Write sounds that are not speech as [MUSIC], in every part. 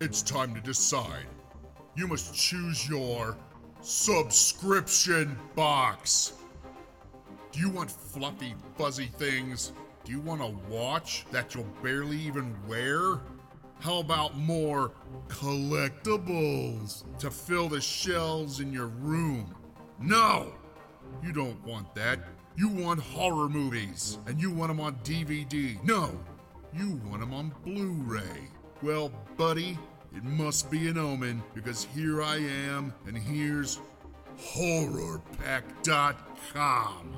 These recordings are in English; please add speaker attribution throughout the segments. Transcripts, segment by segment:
Speaker 1: It's time to decide. You must choose your subscription box. Do you want fluffy, fuzzy things? Do you want a watch that you'll barely even wear? How about more collectibles to fill the shelves in your room? No! You don't want that. You want horror movies, and you want them on DVD. No, you want them on Blu ray. Well, buddy, it must be an omen because here I am, and here's horrorpack.com.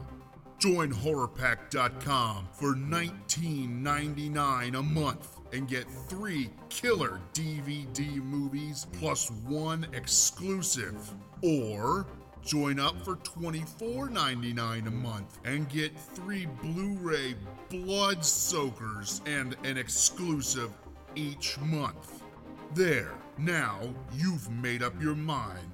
Speaker 1: Join horrorpack.com for $19.99 a month and get three killer DVD movies plus one exclusive. Or join up for $24.99 a month and get three Blu ray blood soakers and an exclusive each month. There, now you've made up your mind.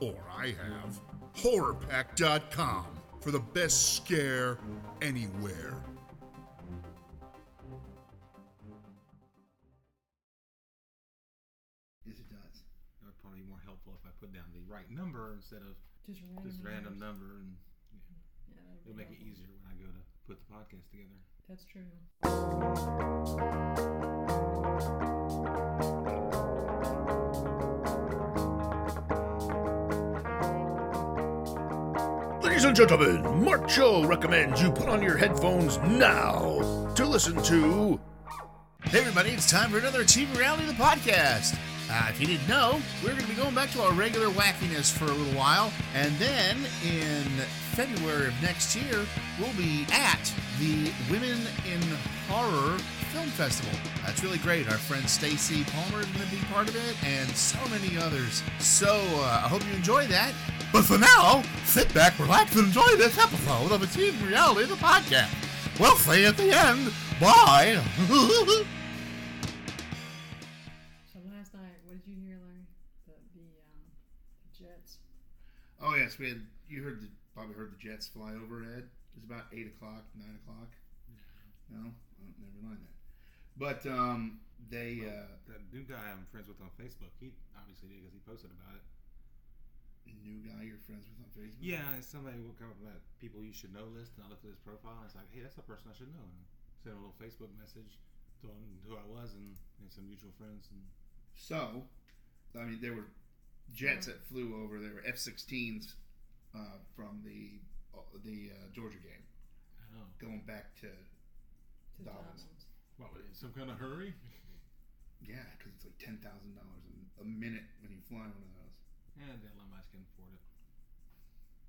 Speaker 1: Or I have. HorrorPack.com for the best scare anywhere.
Speaker 2: Yes, it does.
Speaker 3: It would probably be more helpful if I put down the right number instead of
Speaker 4: Just random.
Speaker 3: just random
Speaker 4: numbers.
Speaker 3: number, and
Speaker 4: Yeah, that would
Speaker 3: it'll
Speaker 4: be
Speaker 3: make it
Speaker 4: helpful.
Speaker 3: easier when I go to put the podcast together.
Speaker 4: That's true.
Speaker 5: Ladies and gentlemen, Marcho recommends you put on your headphones now to listen to. Hey, everybody, it's time for another Team Reality the Podcast. Uh, if you didn't know, we're going to be going back to our regular wackiness for a little while. And then in February of next year, we'll be at the Women in Horror Film Festival. That's really great. Our friend Stacy Palmer is going to be part of it, and so many others. So uh, I hope you enjoy that. But for now, sit back, relax, and enjoy this episode of Achieving Reality, the podcast. We'll see you at the end. Bye. [LAUGHS]
Speaker 4: So last night, what did you hear, Larry? The the um, Jets.
Speaker 2: Oh yes, we had. You heard the probably heard the jets fly overhead. It was about eight o'clock, nine o'clock. No, oh, never mind that. But um, they uh,
Speaker 3: That new guy I'm friends with on Facebook, he obviously did because he posted about it.
Speaker 2: Mm-hmm. new guy you're friends with on Facebook.
Speaker 3: Yeah, and somebody will come up with that people you should know list, and I looked at his profile, and it's like, hey, that's a person I should know. And sent him a little Facebook message, told him who I was, and, and some mutual friends. And
Speaker 2: So, I mean, there were jets that flew over. There were F-16s uh, from the the uh, Georgia game
Speaker 3: I don't know.
Speaker 2: going back to
Speaker 4: To the
Speaker 2: Dolphins.
Speaker 4: Dolphins.
Speaker 3: What, was it, some kind of hurry?
Speaker 2: yeah, because it's like ten thousand dollars a minute when you fly one of those.
Speaker 3: And Elon Musk can afford it.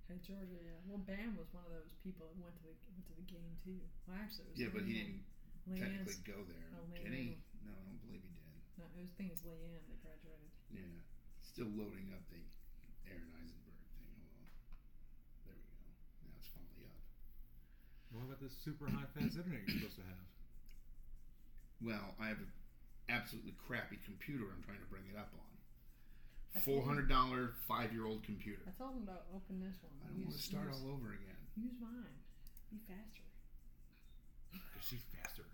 Speaker 4: Hey Georgia, yeah. Well, Bam was one of those people that went to the went to the game too. Well, actually, it was
Speaker 2: Yeah, but he didn't
Speaker 4: Leanne. Leanne's-
Speaker 2: technically go there.
Speaker 4: Oh,
Speaker 2: Did
Speaker 4: Leanne.
Speaker 2: he? No, I don't believe he did.
Speaker 4: No, it was, I think it's Leanne that graduated.
Speaker 2: Yeah. Still loading up the Aaron Eisenberg thing. Hold on. There we go. Now it's finally up.
Speaker 3: What about this super high fast internet you're supposed to have?
Speaker 2: Well, I have an absolutely crappy computer I'm trying to bring it up on.
Speaker 4: I see.
Speaker 2: $400 five year old computer.
Speaker 4: I told him to open this one.
Speaker 2: I don't want to
Speaker 4: Use-
Speaker 2: start
Speaker 4: use-
Speaker 2: all over again.
Speaker 4: Use mine. Be [LAUGHS]
Speaker 2: [LAUGHS]
Speaker 4: faster.
Speaker 3: Because she's faster.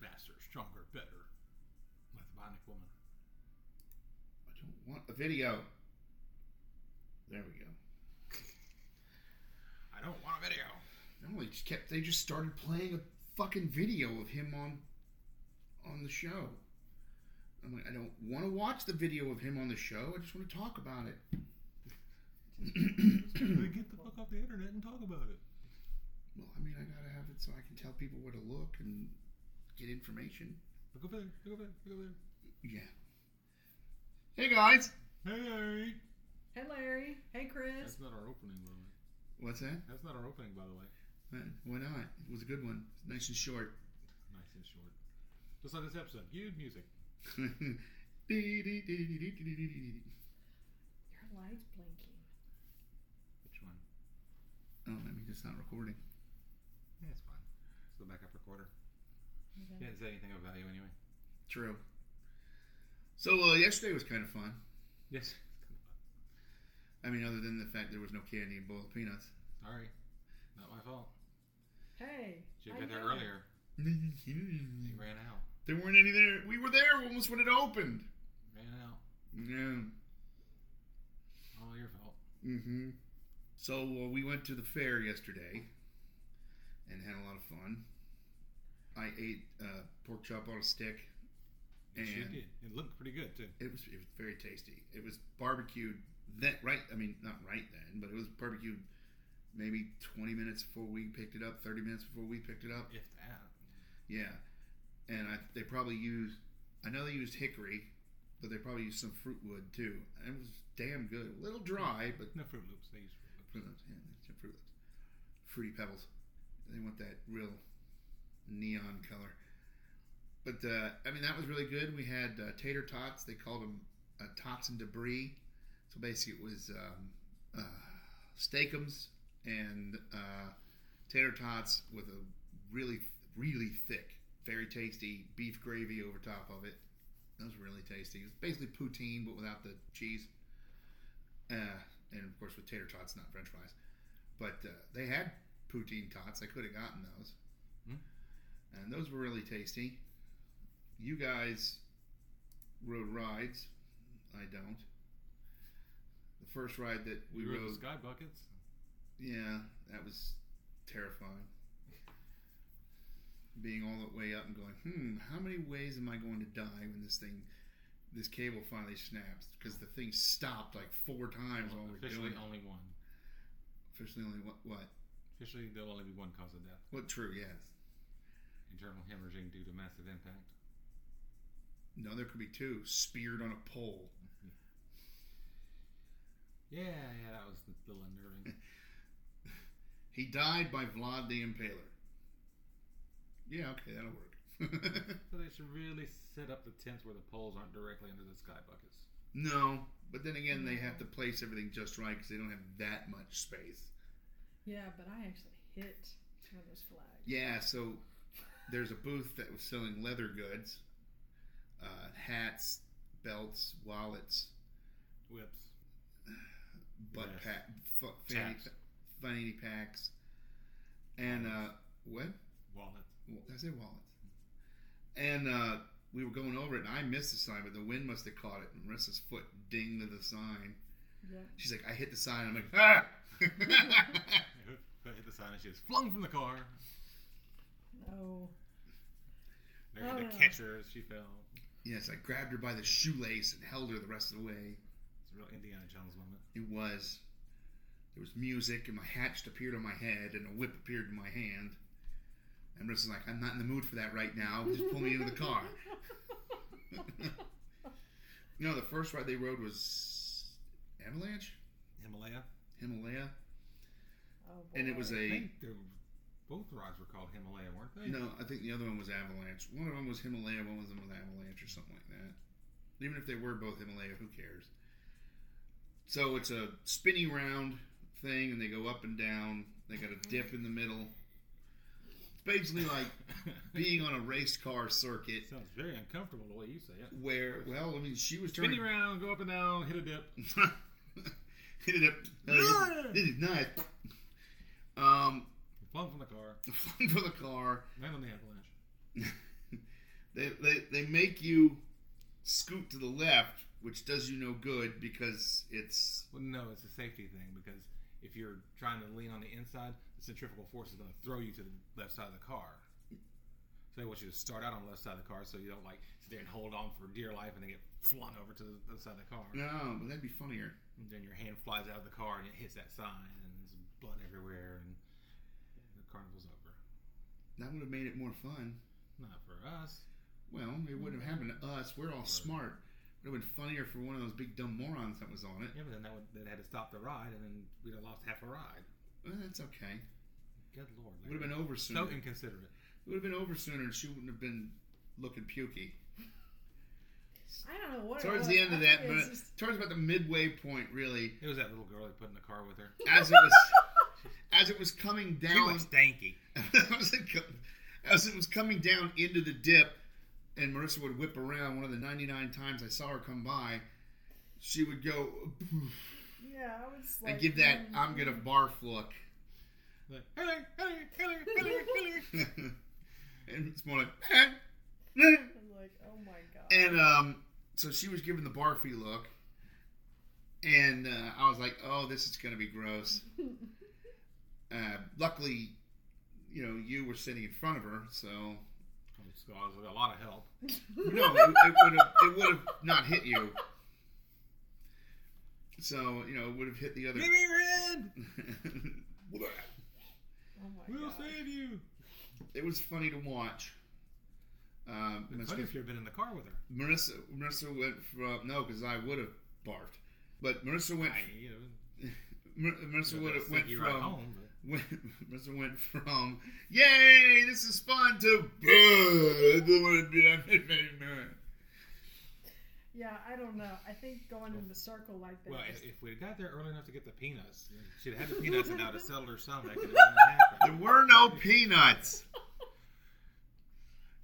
Speaker 3: faster, stronger, better. Like the bionic woman.
Speaker 2: I don't want a video. There we go.
Speaker 3: I don't want a video.
Speaker 2: No, they just kept. They just started playing a fucking video of him on, on the show. I'm like, I don't want to watch the video of him on the show. I just want to talk about it.
Speaker 3: Then get the fuck off the internet and talk about it.
Speaker 2: Well, I mean, I gotta have it so I can tell people where to look and get information.
Speaker 3: Look over there, look over there, look over there.
Speaker 2: Yeah. Hey guys.
Speaker 3: Hey!
Speaker 4: Hey Larry. Hey Chris.
Speaker 3: That's not our opening, by the way.
Speaker 2: What's that?
Speaker 3: That's not our opening, by the way.
Speaker 2: Uh, Why not? It was a good one. Nice and short. [LAUGHS]
Speaker 3: Nice and short. Just like this episode. You music.
Speaker 2: oh,
Speaker 4: Your light's blinking.
Speaker 3: Which one?
Speaker 2: Oh, I mean, it's not recording.
Speaker 3: Yeah, it's fine. It's the backup recorder.
Speaker 4: Is that-
Speaker 3: You didn't say anything of value anyway.
Speaker 2: True. So uh, yesterday was kind of fun.
Speaker 3: Yes.
Speaker 2: I mean, other than the fact there was no candy and boiled peanuts. [LAUGHS]
Speaker 3: Sorry. Not my fault.
Speaker 4: Hey.
Speaker 3: Should
Speaker 4: how
Speaker 3: have been
Speaker 4: you
Speaker 3: there
Speaker 4: doing?
Speaker 3: earlier. It ran out.
Speaker 2: There weren't any there. We were there almost when it opened.
Speaker 3: Ran out.
Speaker 2: Yeah.
Speaker 3: All your fault.
Speaker 2: Mm-hmm. So uh, we went to the fair yesterday and had a lot of fun. I ate uh, pork chop on a stick.
Speaker 3: It sure
Speaker 2: And-
Speaker 3: did. It looked pretty good too.
Speaker 2: It was it was very tasty. It was barbecued then, right? I mean, not right then, but it was barbecued maybe 20 minutes before we picked it up, 30 minutes before we picked it up.
Speaker 3: If that.
Speaker 2: Yeah, and I, they probably used. I know they used hickory, but they probably used some fruit wood too. And it was damn good. A little dry, but
Speaker 3: No Fruit Loops. They use Fruit
Speaker 2: Fruit
Speaker 3: Loops.
Speaker 2: Loops, yeah, that's some Fruit Loops. Fruity Pebbles. They want that real neon color. But uh, I mean, that was really good. We had uh, tater tots. They called them uh, tots and debris. So basically, it was um, uh, steakums and uh, tater tots with a really, really thick, very tasty beef gravy over top of it. That was really tasty. It was basically poutine, but without the cheese uh, and of course with tater tots, not French fries. But uh, they had poutine tots. I could have gotten those,
Speaker 3: Mm.
Speaker 2: and those were really tasty. You guys rode rides. I don't. The first ride that we,
Speaker 3: We rode the
Speaker 2: rode,
Speaker 3: sky buckets.
Speaker 2: yeah, that was terrifying. Being all the way up and going, hmm, how many ways am I going to die when this thing, this cable finally snaps? Because the thing stopped like four times while we we're
Speaker 3: Officially
Speaker 2: doing it.
Speaker 3: only one.
Speaker 2: Officially only what? What?
Speaker 3: Officially there'll only be one cause of death.
Speaker 2: What? True. Yes.
Speaker 3: Internal hemorrhaging due to massive impact.
Speaker 2: No, there could be two speared on a pole.
Speaker 3: Yeah, yeah, that was a little unnerving. [LAUGHS]
Speaker 2: He died by Vlad the Impaler. Yeah. Okay, that'll work. [LAUGHS]
Speaker 3: so they should really set up the tents where the poles aren't directly under the sky buckets.
Speaker 2: no, but then again, they have to place everything just right because they don't have that much space.
Speaker 4: Yeah, but I actually hit one of those flags.
Speaker 2: Yeah. So there's a booth that was selling leather goods, uh, hats, belts, wallets,
Speaker 3: Whips.
Speaker 2: butt
Speaker 3: Yes.
Speaker 2: pack, f- fanny,
Speaker 3: Chaps.
Speaker 2: pa- fanny packs, and uh, what?
Speaker 3: [LAUGHS] Wallets.
Speaker 2: Well, I say wallet. And uh, we were going over it, and I missed the sign, but the wind must have caught it, and Marissa's foot dinged to the sign.
Speaker 4: Yeah.
Speaker 2: She's like, I hit the sign. I'm like, ah! [LAUGHS]
Speaker 3: I hit the sign and she was flung from the car.
Speaker 4: No.
Speaker 3: They had
Speaker 4: Oh.
Speaker 3: to catch her as she fell.
Speaker 2: yes, I grabbed her by the shoelace and held her the rest of the way.
Speaker 3: It's a real Indiana Jones moment.
Speaker 2: It was. There was music, and my hat just appeared on my head, and a whip appeared in my hand. And Marissa's like, I'm not in the mood for that right now. Just pull
Speaker 4: [LAUGHS]
Speaker 2: me into the car. [LAUGHS]
Speaker 4: Oh,
Speaker 2: No, the first ride they rode was Avalanche?
Speaker 3: Himalaya.
Speaker 2: Himalaya?
Speaker 4: Oh,
Speaker 2: And it was
Speaker 4: boy.
Speaker 2: a.
Speaker 3: I think they were- both rides were called Himalaya, weren't they?
Speaker 2: No, I think the other one was Avalanche. One of them was Himalaya, one of them was Avalanche or something like that. Even if they were both Himalaya, who cares? So it's a spinny round thing, and they go up and down. They got a dip in the middle. It's basically like being on a race car circuit
Speaker 3: It [LAUGHS] sounds very uncomfortable the way you say it.
Speaker 2: where, well, I mean, she was
Speaker 3: Spinning
Speaker 2: turning.
Speaker 3: around, go up and down, hit a dip.
Speaker 2: [LAUGHS] Hit it up. Uh, This is nice. Um, [LAUGHS]
Speaker 3: Flung from the car.
Speaker 2: flung for the car.
Speaker 3: Land on the avalanche.
Speaker 2: they, they they make you scoot to the left, which does you no good because it's
Speaker 3: Well, no, it's a safety thing because if you're trying to lean on the inside, the centrifugal force is going to throw you to the left side of the car. So they want you to start out on the left side of the car so you don't like sit there and hold on for dear life and then get flung over to the other side of the car.
Speaker 2: no, but that'd be funnier.
Speaker 3: And then your hand flies out of the car and it hits that sign and there's blood everywhere and the carnival's over.
Speaker 2: That would have made it more fun.
Speaker 3: Not for us.
Speaker 2: Well, it wouldn't have happened to us. We're all smart. It would have been funnier for one of those big dumb morons that was on it.
Speaker 3: Yeah, but then that would, they'd had to stop the ride and then we'd have lost half a ride.
Speaker 2: Well, that's okay.
Speaker 3: Good lord.
Speaker 2: It would have been over
Speaker 3: so
Speaker 2: sooner. It
Speaker 3: inconsiderate.
Speaker 2: would have been over sooner, and she wouldn't have been looking pukey.
Speaker 4: I don't know what. it
Speaker 2: Towards
Speaker 4: was.
Speaker 2: the end
Speaker 4: I
Speaker 2: of
Speaker 4: think [LAUGHS]
Speaker 2: that,
Speaker 4: it's
Speaker 2: minute,
Speaker 4: just-
Speaker 2: towards about the midway point, really,
Speaker 4: [LAUGHS]
Speaker 3: It was that little girl they put in the car with her.
Speaker 2: as it was, as it was coming
Speaker 3: She
Speaker 2: down.
Speaker 3: was stanky.
Speaker 2: [LAUGHS] as, it co- as it was coming down into the dip, and Marissa would whip around one of the 99 times I saw her come by, she would go
Speaker 4: Yeah, I was like.
Speaker 2: and give that
Speaker 4: mm. [LAUGHS]
Speaker 2: I'm gonna barf look. [LAUGHS]
Speaker 3: Like, Hillary, Hillary, Hillary, Hillary, Hillary.
Speaker 2: and it's more like, "Eh, eh,
Speaker 4: like, oh my god. [LAUGHS]
Speaker 2: And um, so she was given the barfy look, and uh, I was like, "Oh, this is gonna be gross." uh, luckily, you know, you were sitting in front of her, so
Speaker 3: So I was with a lot of help.
Speaker 4: Oh
Speaker 2: no, it, it would have it would have not hit you. So you know, it would have hit the other.
Speaker 3: Give me red.
Speaker 4: oh my
Speaker 3: We'll
Speaker 4: god.
Speaker 3: save you.
Speaker 2: [LAUGHS] it was funny to watch. Um,
Speaker 3: It's funny if you've been in the car with her.
Speaker 2: Marissa, Marissa went from no, because I would have barfed. But Marissa went.
Speaker 3: I, you know,
Speaker 2: Mar- Marissa
Speaker 3: you
Speaker 2: would
Speaker 3: know,
Speaker 2: have went
Speaker 3: sneaky
Speaker 2: from.
Speaker 3: ride home, but
Speaker 2: [LAUGHS] went, Marissa went from "Yay, this is fun" to "Ugh, I don't want to be on it anymore."
Speaker 4: Yeah, I don't know. I think going in the circle like that.
Speaker 3: Well,
Speaker 4: is-
Speaker 3: if, if we got there early enough to get the peanuts, she'd have had the peanuts and that would have settled her stomach. [LAUGHS] and it wouldn't have
Speaker 2: There
Speaker 3: happened.
Speaker 2: were no peanuts.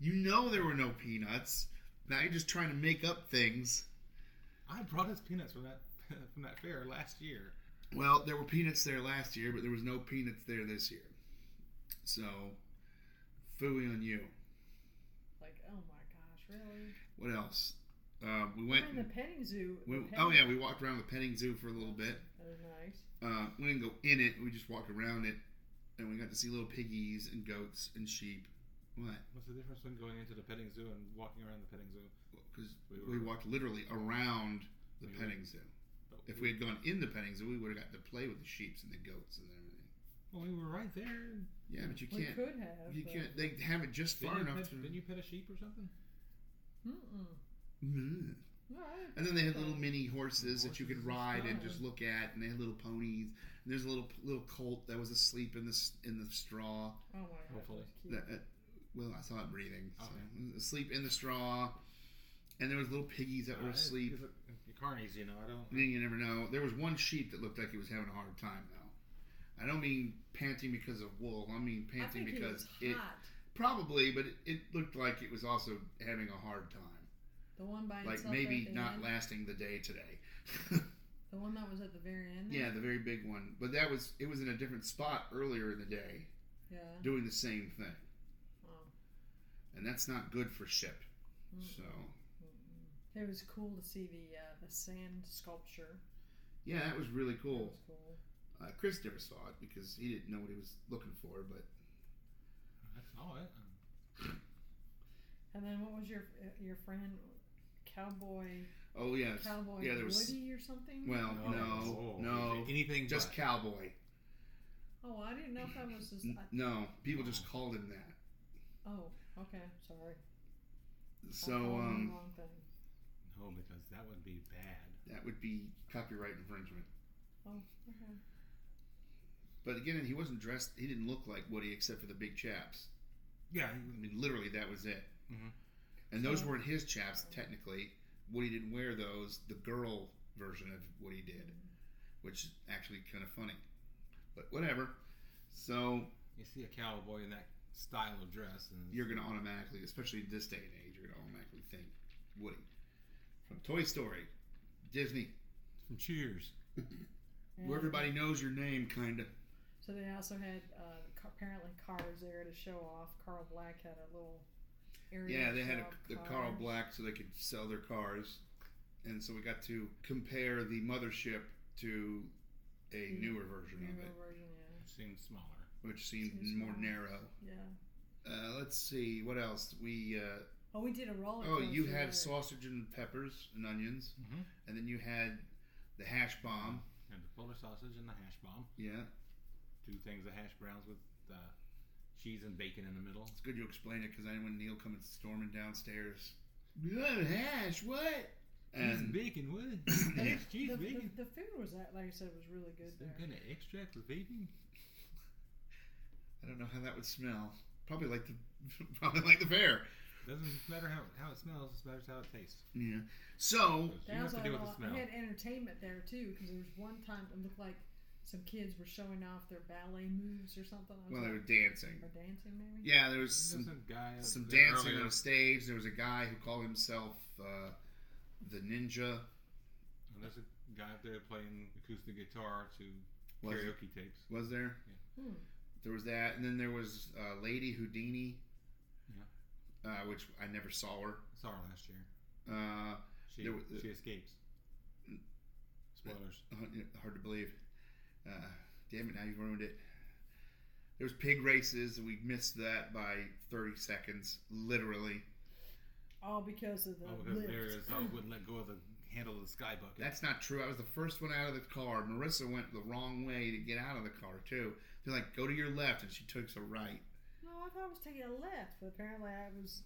Speaker 2: You know there were no peanuts. Now you're just trying to make up things.
Speaker 3: I brought us peanuts from that [LAUGHS] from that fair last year.
Speaker 2: Well, there were peanuts there last year, but there was no peanuts there this year. So, fooey on you.
Speaker 4: like, oh my gosh, really?
Speaker 2: What else? Uh, we
Speaker 4: I
Speaker 2: went.
Speaker 4: mean, the petting zoo. the
Speaker 2: we-
Speaker 4: petting-
Speaker 2: oh yeah, we walked around the petting zoo for a little bit.
Speaker 4: That was nice.
Speaker 2: uh, we didn't go in it. We just walked around it, and we got to see little piggies and goats and sheep. What?
Speaker 3: What's the difference between going into the petting zoo and walking around the petting zoo?
Speaker 2: Because
Speaker 3: We
Speaker 2: we
Speaker 3: were-
Speaker 2: walked literally around the
Speaker 3: We were-
Speaker 2: petting zoo.
Speaker 3: But
Speaker 2: If we had gone in the petting zoo, we would have got to play with the sheep and the goats and everything.
Speaker 3: well, we were right there.
Speaker 2: Yeah, but you
Speaker 4: We
Speaker 2: can't.
Speaker 4: could have.
Speaker 2: You
Speaker 4: but-
Speaker 2: can't. They have it just
Speaker 3: Didn't
Speaker 2: far
Speaker 3: you,
Speaker 2: enough
Speaker 3: pet,
Speaker 2: to.
Speaker 3: didn't you pet a sheep or something?
Speaker 4: Mm-mm.
Speaker 2: Mm.
Speaker 4: No, I didn't
Speaker 2: And then they had little
Speaker 4: think
Speaker 2: mini horses that you could
Speaker 3: Horses,
Speaker 2: ride and
Speaker 3: yeah.
Speaker 2: just look at, and they had little ponies. And there's a little little colt that was asleep in the s- in the straw.
Speaker 4: so. Oh my god.
Speaker 3: Hopefully.
Speaker 4: that's cute.
Speaker 2: that, uh, well, I saw it breathing. So.
Speaker 3: Okay.
Speaker 2: Asleep in the straw, and there was little piggies that were
Speaker 3: Uh,
Speaker 2: asleep.
Speaker 3: it's- it's Carnies, you know, I don't.
Speaker 2: I mean, you never know. There was one sheep that looked like he was having a hard time though. I don't mean panting because of wool. I mean
Speaker 4: I
Speaker 2: panting
Speaker 4: think he
Speaker 2: because
Speaker 4: was
Speaker 2: it
Speaker 4: hot.
Speaker 2: probably, but it, it looked like it was also having a hard time.
Speaker 4: The one by
Speaker 2: Like
Speaker 4: himself
Speaker 2: maybe
Speaker 4: at the
Speaker 2: not
Speaker 4: end? Mm-hmm.
Speaker 2: lasting the day today. [LAUGHS]
Speaker 4: The one that was at the very end. there?
Speaker 2: yeah, the very big one. But that was it was in a different spot earlier in the day,
Speaker 4: Yeah.
Speaker 2: doing the same thing,
Speaker 4: Oh.
Speaker 2: and that's not good for ship.
Speaker 4: Mm.
Speaker 2: So
Speaker 4: Mm-mm. It was cool to see the uh, the sand sculpture.
Speaker 2: yeah, that was really
Speaker 4: That
Speaker 2: cool.
Speaker 4: was cool.
Speaker 2: Uh, Chris never saw it because he didn't know what he was looking for. But
Speaker 3: I saw it.
Speaker 4: And then what was your uh, your friend cowboy
Speaker 2: oh yes,
Speaker 4: cowboy
Speaker 2: yeah, there was.
Speaker 4: Woody or something?
Speaker 2: Well, no,
Speaker 3: Oh,
Speaker 2: no,
Speaker 3: anything
Speaker 2: just
Speaker 3: but.
Speaker 2: cowboy.
Speaker 4: oh, I didn't know if that was just.
Speaker 2: N-
Speaker 4: I,
Speaker 2: No, people just called him that.
Speaker 4: oh, okay, sorry. I
Speaker 2: So
Speaker 4: called him the
Speaker 2: um,
Speaker 4: wrong thing.
Speaker 3: No, because that would be bad.
Speaker 2: that would be copyright infringement.
Speaker 4: Oh, okay.
Speaker 2: But again, he wasn't dressed. He didn't look like Woody except for the big chaps.
Speaker 3: Yeah,
Speaker 2: I mean, literally, that was it.
Speaker 3: Mhm.
Speaker 2: And those
Speaker 4: So-
Speaker 2: weren't his chaps technically. Woody didn't wear those. The girl version of Woody did, which is actually kind of funny. But whatever. So
Speaker 3: you see a cowboy in that style of dress, and
Speaker 2: you're going to automatically, especially in this day and age, you're going to automatically think Woody from Toy Story, Disney,
Speaker 3: from Cheers.
Speaker 2: where
Speaker 4: Yeah.
Speaker 2: everybody knows your name, kind of.
Speaker 4: So they also had uh, ca- apparently cars there to show off. Carl Black had a little area.
Speaker 2: Yeah,
Speaker 4: to
Speaker 2: they
Speaker 4: show
Speaker 2: had a,
Speaker 4: off
Speaker 2: the
Speaker 4: cars.
Speaker 2: Carl Black so they could sell their cars, and so we got to compare the mothership to a
Speaker 4: Mm.
Speaker 2: newer version
Speaker 4: Newer
Speaker 2: of it,
Speaker 4: version,
Speaker 3: Seems smaller.
Speaker 2: which seemed
Speaker 4: Seems
Speaker 2: more
Speaker 4: fine.
Speaker 2: narrow.
Speaker 4: yeah. Yeah.
Speaker 2: Uh, let's see what else we. Uh,
Speaker 4: Oh, we did a roller.
Speaker 2: oh, you
Speaker 4: coaster there.
Speaker 2: had sausage and peppers and onions,
Speaker 3: Mm-hmm.
Speaker 2: and then you had the hash bomb.
Speaker 3: And the polar sausage and the hash bomb.
Speaker 2: Yeah,
Speaker 3: Two things of hash browns with uh, cheese and bacon in the middle.
Speaker 2: It's good you explain it because I didn't want Neil coming storming downstairs. What hash? What?
Speaker 3: Cheese and
Speaker 2: [COUGHS] And
Speaker 3: bacon, what?
Speaker 4: And
Speaker 2: yeah,
Speaker 4: it-
Speaker 3: Cheese,
Speaker 4: the, the,
Speaker 3: bacon.
Speaker 4: the food was that, like I said, was really good
Speaker 3: Some
Speaker 4: there.
Speaker 3: kind of extract with bacon?
Speaker 2: I don't know how that would smell. Probably like the [LAUGHS] probably like the bear.
Speaker 3: Doesn't matter how, how it smells, it matters how it tastes.
Speaker 2: Yeah. So
Speaker 3: You
Speaker 4: That
Speaker 3: have
Speaker 4: was
Speaker 3: to
Speaker 4: like
Speaker 3: deal
Speaker 4: a
Speaker 3: with the
Speaker 4: lot.
Speaker 3: smell.
Speaker 4: I had entertainment there too because there was one time it looked like some kids were showing off their ballet moves or something. I was
Speaker 2: well, they
Speaker 4: like,
Speaker 2: were dancing.
Speaker 4: or dancing maybe.
Speaker 2: Yeah, there was
Speaker 3: Some, some
Speaker 2: some
Speaker 3: guy up
Speaker 2: some
Speaker 3: there
Speaker 2: dancing
Speaker 3: earlier.
Speaker 2: on stage. There was a guy who called himself uh, the Ninja.
Speaker 3: And there's a guy up there playing acoustic guitar to
Speaker 2: Was,
Speaker 3: karaoke tapes.
Speaker 2: was there?
Speaker 4: Hmm.
Speaker 2: There was that, and then there was uh, Lady Houdini.
Speaker 3: Yeah.
Speaker 2: Uh, uh, which I never saw her.
Speaker 3: Saw her last year.
Speaker 2: Uh,
Speaker 3: She
Speaker 2: There was-
Speaker 3: she escapes. Spoilers.
Speaker 2: hard to believe. Uh, damn it! Now you've ruined it. There was pig races. We missed that by 30 seconds, literally.
Speaker 4: All because of the
Speaker 3: Oh, because
Speaker 4: lift.
Speaker 3: there is I wouldn't let go of the handle of the sky bucket.
Speaker 2: That's not true. I was the first one out of the car. Marissa went the wrong way to get out of the car too. They're like, "Go to your left," and she took a right.
Speaker 4: [LAUGHS] No, I thought I was taking a left, but apparently I was.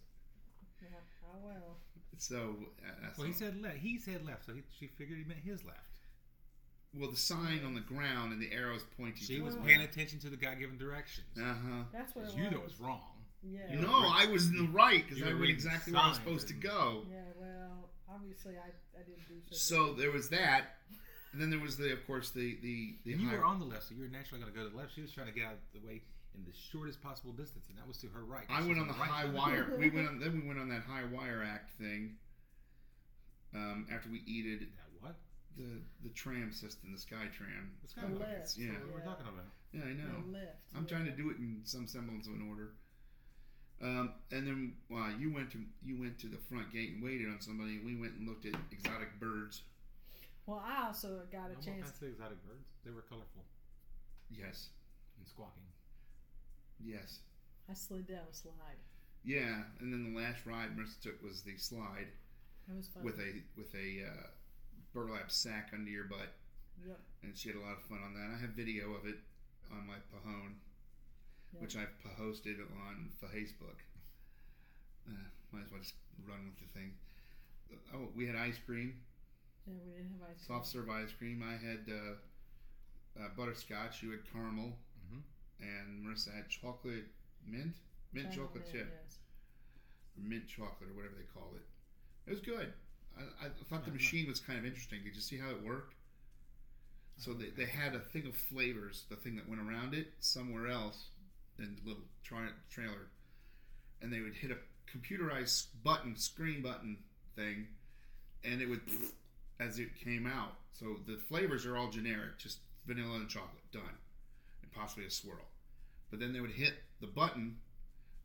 Speaker 4: Yeah, oh well.
Speaker 2: So uh, that's
Speaker 3: well, he said left. He said left, so he, she figured he meant his left.
Speaker 2: Well, the sign on the ground and the arrows pointing.
Speaker 3: She was
Speaker 4: Well-
Speaker 3: paying attention to the guy giving directions.
Speaker 2: Uh huh.
Speaker 4: That's what
Speaker 3: It's
Speaker 4: it
Speaker 3: you
Speaker 4: was.
Speaker 3: that was wrong.
Speaker 4: Yeah.
Speaker 2: No, I was in the right because
Speaker 3: You
Speaker 2: I
Speaker 3: were
Speaker 2: went
Speaker 3: reading
Speaker 2: exactly where I was
Speaker 3: signs
Speaker 2: supposed to
Speaker 3: and-
Speaker 2: go.
Speaker 4: Yeah, well, obviously I, I didn't do so.
Speaker 2: So there was that, and then there was the, of course, the the the.
Speaker 3: And you
Speaker 2: high-
Speaker 3: were on the left, so you were naturally going to go to the left. She was trying to get out of the way in the shortest possible distance, and that was to her right.
Speaker 2: I
Speaker 3: She was
Speaker 2: went on the
Speaker 3: right
Speaker 2: high
Speaker 3: side of
Speaker 2: wire. We went on. Then we went on that high wire act thing. Um, after we eated
Speaker 3: That what?
Speaker 2: the the tram system, the Sky Tram.
Speaker 3: It's
Speaker 4: The
Speaker 3: kind of
Speaker 4: left.
Speaker 2: yeah.
Speaker 3: What we're talking about.
Speaker 2: Yeah, I know.
Speaker 4: The left.
Speaker 2: I'm trying to do it in some semblance of an order. Um, and then uh, you went to you went to the front gate and waited on somebody. and We went and looked at exotic birds.
Speaker 4: Well, I also
Speaker 3: No,
Speaker 4: got a
Speaker 3: what
Speaker 4: chance.
Speaker 3: kinds of exotic birds? They were colorful
Speaker 2: Yes,
Speaker 3: and squawking.
Speaker 2: yes,
Speaker 4: I slid down a slide.
Speaker 2: yeah. And then the last ride Marissa took was the slide
Speaker 4: That was fun.
Speaker 2: with a with a uh, burlap sack under your butt,
Speaker 4: Yep.
Speaker 2: and she had a lot of fun on that. I have video of it on my Pahone, which I've posted on Facebook. Uh, might as well just run with the thing. Oh, we had ice cream.
Speaker 4: Yeah, we didn't have ice
Speaker 2: soft serve ice cream. I had uh, uh, butterscotch. You had caramel,
Speaker 3: Mhm.
Speaker 2: and Marissa had chocolate mint, mint
Speaker 4: China
Speaker 2: chocolate
Speaker 4: man,
Speaker 2: chip,
Speaker 4: Yes.
Speaker 2: or mint chocolate, or whatever they call it. It was good. I, I thought the
Speaker 3: Uh-huh.
Speaker 2: machine was kind of interesting. Did you see how it worked? So they, they had a thing of flavors, the thing that went around it somewhere else in the little tri- trailer, and they would hit a computerized button, screen button thing, and it would as it came out. So the flavors are all generic, just vanilla and chocolate, done, and possibly a swirl. But then they would hit the button,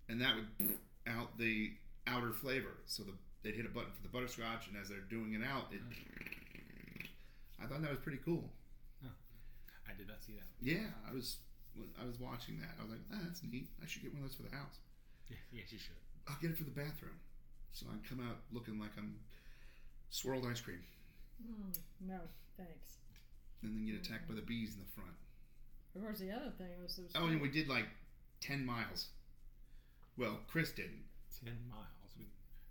Speaker 2: and that would out the outer flavor. So the they'd hit a button for the butterscotch, and as they're doing it out, it. I thought that was pretty cool.
Speaker 3: I did not see that.
Speaker 2: Yeah, I was I was watching that. I was like, ah, that's neat. I should get one of those for the house.
Speaker 3: Yeah, yes, you should.
Speaker 2: I'll get it for the bathroom. So I come out looking like I'm swirled ice cream,
Speaker 4: Mm, no, thanks.
Speaker 2: and then get attacked by the bees in the front.
Speaker 4: Of course, the other thing was those.
Speaker 2: Oh, and we did like ten miles. Well, Chris didn't.
Speaker 3: Ten miles. We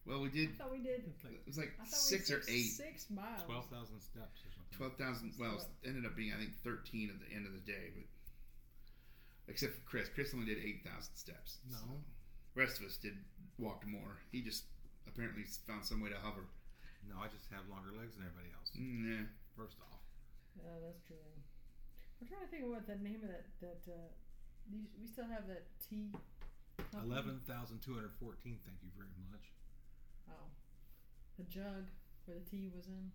Speaker 2: Well, we did.
Speaker 4: I thought we did.
Speaker 3: it's like
Speaker 2: It was like
Speaker 4: I thought
Speaker 2: six
Speaker 4: we
Speaker 2: or
Speaker 4: did
Speaker 2: eight.
Speaker 4: Six miles.
Speaker 3: twelve thousand steps or something.
Speaker 2: Twelve thousand. Well, it ended up being I think thirteen at the end of the day, but except for Chris, Chris only did eight thousand steps.
Speaker 3: No.
Speaker 2: So, rest of us did walk more. He just apparently found some way to hover. Mm,
Speaker 3: No, I just have longer legs than everybody else.
Speaker 2: Nah.
Speaker 3: First off,
Speaker 4: Oh, that's true. I'm trying to think of what the name of that that uh, these, we still have that tea.
Speaker 2: mm-hmm.
Speaker 4: company.
Speaker 3: eleven thousand two hundred fourteen. Thank you very much.
Speaker 4: Oh, the jug where the tea was in.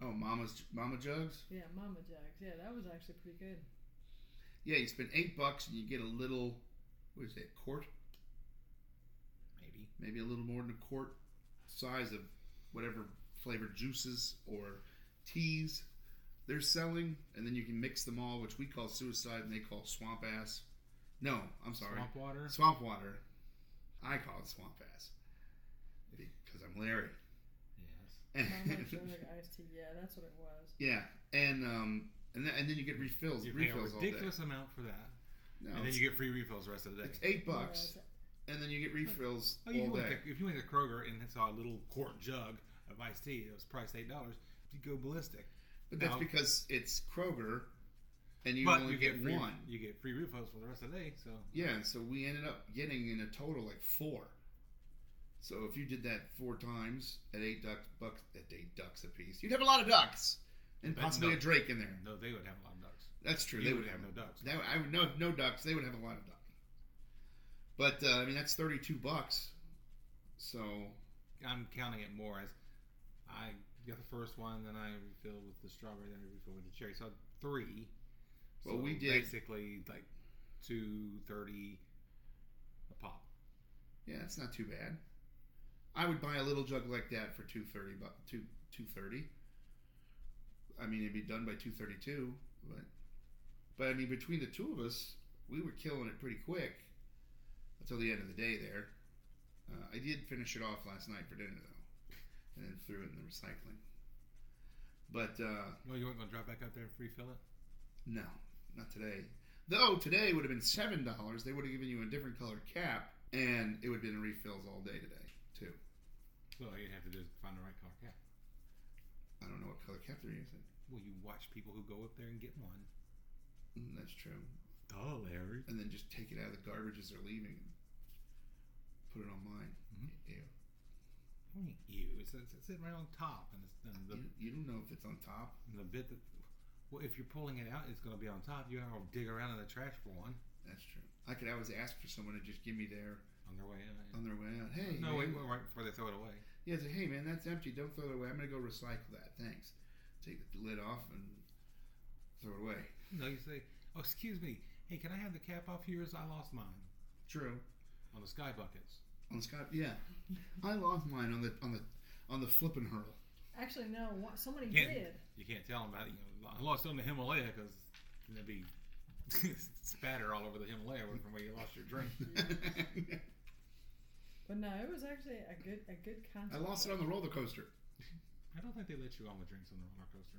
Speaker 2: Oh, Mama's Mama Jugs.
Speaker 4: Yeah, Mama Jugs. Yeah, that was actually pretty good.
Speaker 2: Yeah, you spend eight bucks and you get a little. What is it? Quart?
Speaker 3: Maybe
Speaker 2: Maybe a little more than a quart size of whatever flavored juices or teas they're selling, and then you can mix them all, which we call suicide and they call swamp ass. No, I'm sorry.
Speaker 3: swamp water.
Speaker 2: Swamp water. I call it swamp ass because I'm Larry.
Speaker 3: Yes.
Speaker 2: [LAUGHS]
Speaker 4: Mama Jug iced tea. Yeah, that's what it was.
Speaker 2: yeah, and um, and then, and then you get refills.
Speaker 3: You pay a
Speaker 2: refills all day.
Speaker 3: ridiculous amount for that,
Speaker 2: No,
Speaker 3: and then
Speaker 2: it's,
Speaker 3: you get free refills the rest of the day.
Speaker 2: it's eight
Speaker 4: Yeah,
Speaker 2: bucks,
Speaker 4: it's-
Speaker 2: and then you get refills
Speaker 3: Oh, you
Speaker 2: all
Speaker 3: went
Speaker 2: day.
Speaker 3: to, if you went to Kroger and saw a little quart jug of iced tea that was priced eight dollars, you'd go ballistic.
Speaker 2: But that's
Speaker 3: No.
Speaker 2: because it's Kroger, and you
Speaker 3: but
Speaker 2: only
Speaker 3: you
Speaker 2: get,
Speaker 3: free,
Speaker 2: one.
Speaker 3: You get free refills for the rest of the day. So
Speaker 2: Yeah, so we ended up getting in a total like four. So if you did that four times at eight ducks, bucks at eight ducks apiece, you'd have a lot of ducks, and
Speaker 3: But
Speaker 2: possibly
Speaker 3: no-
Speaker 2: a drake in there.
Speaker 3: no, they would have a lot of ducks.
Speaker 2: That's true.
Speaker 3: You
Speaker 2: they
Speaker 3: would
Speaker 2: would have
Speaker 3: have no ducks.
Speaker 2: They, I would no no ducks. They would have a lot of ducks. But uh, I mean, that's thirty-two bucks. So
Speaker 3: I'm counting it more as I got the first one, then I refilled with the strawberry, then I refilled with the cherry. So I had three.
Speaker 2: Well,
Speaker 3: So
Speaker 2: we did-
Speaker 3: basically like two thirty a pop.
Speaker 2: yeah, it's not too bad. I would buy a little jug like that for two thirty, but two two thirty. I mean, it'd be done by two thirty two, but but I mean, between the two of us, we were killing it pretty quick until the end of the day. There, uh, I did finish it off last night for dinner though, and then threw it in the recycling. But uh,
Speaker 3: No, you weren't gonna drive back up there and refill it.
Speaker 2: no, not today. Though today would have been seven dollars, they would have given you a different colored cap, and it would have been refills all day today too.
Speaker 3: So all you have to do is find the right car. Yeah.
Speaker 2: I don't know what color cap they're using.
Speaker 3: Well, you watch people who go up there and get one. Mm-hmm.
Speaker 2: Mm, that's true.
Speaker 3: Duh, Larry.
Speaker 2: And then just take it out of the garbage as they're leaving. Put it on mine.
Speaker 3: Mhm.
Speaker 2: Ew.
Speaker 3: You. It's, it's, it's sitting right on top, and, it's, and the
Speaker 2: You, you don't know if it's on top.
Speaker 3: and the bit that. Well, if you're pulling it out, it's gonna be on top. You gotta dig around in the trash for one
Speaker 2: That's true. I could always ask for someone to just give me their
Speaker 3: on their way out.
Speaker 2: on their way out. Hey,
Speaker 3: no, wait,
Speaker 2: man.
Speaker 3: wait, right before they throw it away.
Speaker 2: yeah, say, hey man, that's empty. Don't throw it away. I'm gonna go recycle that. Thanks. Take the lid off and throw it away.
Speaker 3: No, you say, "Oh, excuse me. Hey, can I have the cap off yours? I lost mine
Speaker 2: True.
Speaker 3: on the sky buckets."
Speaker 2: On Skype, yeah. I lost mine on the on the on the flipping hurl.
Speaker 4: Actually, no. What, somebody
Speaker 3: Yeah.
Speaker 4: did.
Speaker 3: You can't tell them about it. You know, I lost it on the Himalaya because there'd be [LAUGHS] spatter all over the Himalaya from where you lost your drink.
Speaker 4: But no, it was actually a good a good
Speaker 2: [LAUGHS] I
Speaker 4: concept.
Speaker 2: lost it on the roller coaster.
Speaker 3: I don't think they let you on with drinks on the roller coaster.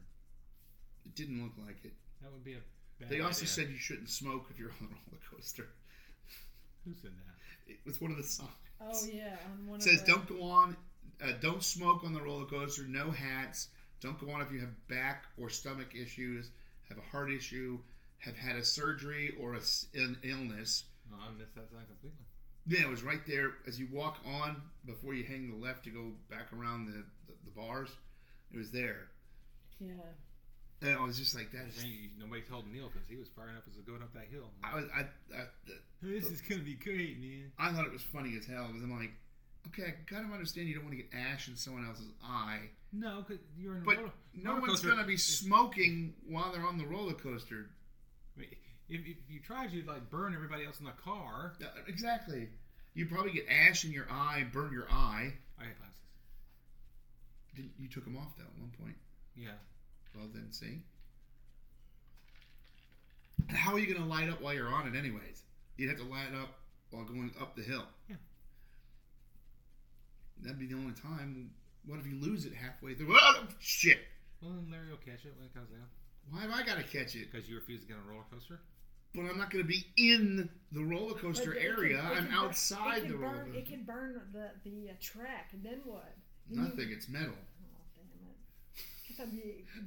Speaker 2: It didn't look like it.
Speaker 3: That would be a bad
Speaker 2: They also
Speaker 3: idea.
Speaker 2: said you shouldn't smoke if you're on a [LAUGHS] roller coaster.
Speaker 3: who said that?
Speaker 2: It was one of the signs.
Speaker 4: Oh yeah, on one
Speaker 2: It
Speaker 4: of
Speaker 2: says
Speaker 4: the-
Speaker 2: don't go on, uh, don't smoke on the roller coaster. No hats. Don't go on if you have back or stomach issues, have a heart issue, have had a surgery or a s an illness.
Speaker 3: No, I missed that sign completely.
Speaker 2: Yeah, it was right there as you walk on before you hang the left to go back around the, the, the bars. It was there,
Speaker 4: Yeah,
Speaker 2: and I was just like that.
Speaker 3: And
Speaker 2: Is,
Speaker 3: you, nobody told Neil because he was firing up as going up that hill.
Speaker 2: I was I, I
Speaker 3: [LAUGHS] this is gonna be great, man.
Speaker 2: I thought it was funny as hell, but I'm like, okay, I kind of understand you don't want to get ash in someone else's eye.
Speaker 3: No, because you're in a
Speaker 2: But
Speaker 3: roller,
Speaker 2: no
Speaker 3: roller
Speaker 2: one's
Speaker 3: coaster.
Speaker 2: going to be smoking while they're on the roller coaster.
Speaker 3: I mean, If, if you tried, you'd like burn everybody else in the car.
Speaker 2: Uh, Exactly. You probably get ash in your eye, burn your eye.
Speaker 3: I had glasses.
Speaker 2: Didn't, you took them off though at one point.
Speaker 3: Yeah,
Speaker 2: Well, then see. And how are you going to light up while you're on it, anyways? You'd have to light up while going up the hill.
Speaker 3: Yeah.
Speaker 2: That'd be the only time. What if you lose it halfway through? Oh, shit!
Speaker 3: Well, then Larry will catch it when it comes down.
Speaker 2: Why have I got to catch it?
Speaker 3: Because you refuse to get on a roller coaster?
Speaker 2: But I'm not going to be in the roller
Speaker 4: But
Speaker 2: coaster
Speaker 4: it can-
Speaker 2: area.
Speaker 4: it
Speaker 2: I'm
Speaker 4: can burn- it
Speaker 2: outside
Speaker 4: can
Speaker 2: the roller
Speaker 4: burn,
Speaker 2: coaster.
Speaker 4: It can burn the the uh, track, and then what? Then you-
Speaker 2: Nothing. It's metal.
Speaker 4: Oh damn it! That'd [LAUGHS]
Speaker 2: [LAUGHS]
Speaker 4: be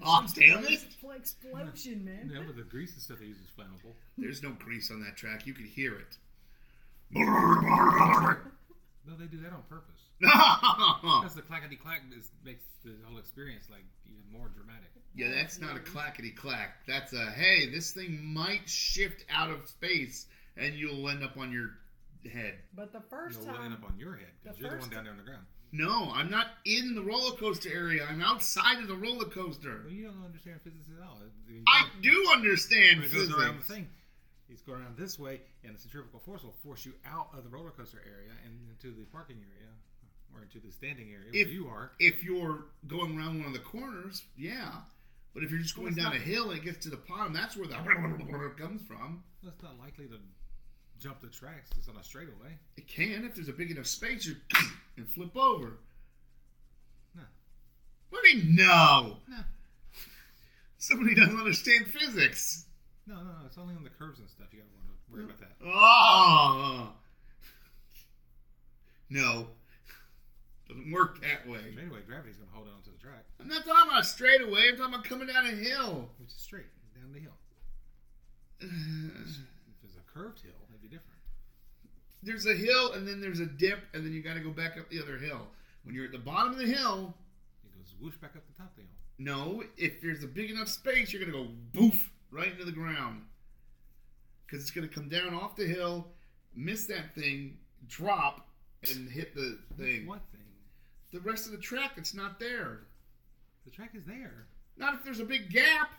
Speaker 2: Aw, Oh, damn it.
Speaker 4: Expl- Explosion, man.
Speaker 3: No, but the grease and stuff they use is flammable.
Speaker 2: There's no grease on that track. You could hear it. [LAUGHS]
Speaker 3: No, they do that on purpose.
Speaker 2: No!
Speaker 3: Because the clackety clack is, makes the whole experience like even more dramatic.
Speaker 2: Yeah, that's not a clackety clack. That's a hey, this thing might shift out of space and you'll end up on your head.
Speaker 4: But the first
Speaker 3: You'll end
Speaker 4: time,
Speaker 3: up on your head because
Speaker 4: the
Speaker 3: you're the one
Speaker 4: first-
Speaker 3: down there on the ground.
Speaker 2: No, I'm not in the roller coaster area. I'm outside of the roller coaster.
Speaker 3: Well, you don't understand physics at all. It-
Speaker 2: I do understand
Speaker 3: when it goes
Speaker 2: physics.
Speaker 3: around the thing. It's going around this way, and the centrifugal force will force you out of the roller coaster area and into the parking area, or into the standing area
Speaker 2: If-
Speaker 3: where you are.
Speaker 2: If you're going around one of the corners, yeah. But if you're just
Speaker 3: Well,
Speaker 2: going
Speaker 3: it's
Speaker 2: down
Speaker 3: not-
Speaker 2: a hill and it gets to the [LAUGHS] bottom, that's where the comes from.
Speaker 3: That's not likely to jump the tracks. It's on a straightaway.
Speaker 2: It can if there's a big enough space you [CLEARS THROAT] and flip over.
Speaker 3: No.
Speaker 2: What do you mean no?
Speaker 3: No.
Speaker 2: Somebody doesn't understand physics.
Speaker 3: No, no, no. It's only on the curves and stuff. You gotta wanna worry about
Speaker 2: Mm.
Speaker 3: that.
Speaker 2: Oh no. Doesn't work that way.
Speaker 3: Straightaway gravity's gonna hold on to the track,
Speaker 2: I'm not talking about straight away, I'm talking about coming down a hill. [SIGHS]
Speaker 3: which is straight down the hill. If it's a curved hill, it'd be different.
Speaker 2: there's a hill and then there's a dip and then you gotta go back up the other hill. When you're at the bottom of the hill,
Speaker 3: It goes whoosh back up the top of the hill.
Speaker 2: No, if there's a big enough space, you're gonna go boof right into the ground. Cause it's gonna come down off the hill, miss that thing, drop, and hit the
Speaker 3: That's
Speaker 2: thing.
Speaker 3: One thing.
Speaker 2: The rest of the track, it's not there.
Speaker 3: The track is there.
Speaker 2: Not if there's a big gap.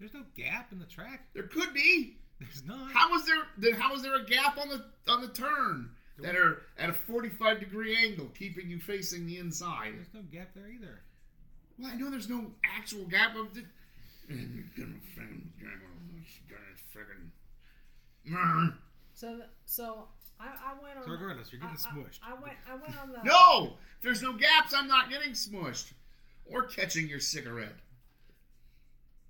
Speaker 3: There's no gap in the track. [LAUGHS]
Speaker 2: There could be.
Speaker 3: There's not.
Speaker 2: How was there? Then how was there a gap on the on the turn? that are at a 45 degree angle, keeping you facing the inside.
Speaker 3: There's no gap there either.
Speaker 2: Well, I know there's no actual gap. I'm just. Friggin'.
Speaker 4: So, th- so I, I went on.
Speaker 3: So regardless, you're getting
Speaker 4: I- I-
Speaker 3: smushed.
Speaker 4: I, went. I went on the.
Speaker 2: No! If there's no gaps, I'm not getting smushed. Or catching your cigarette.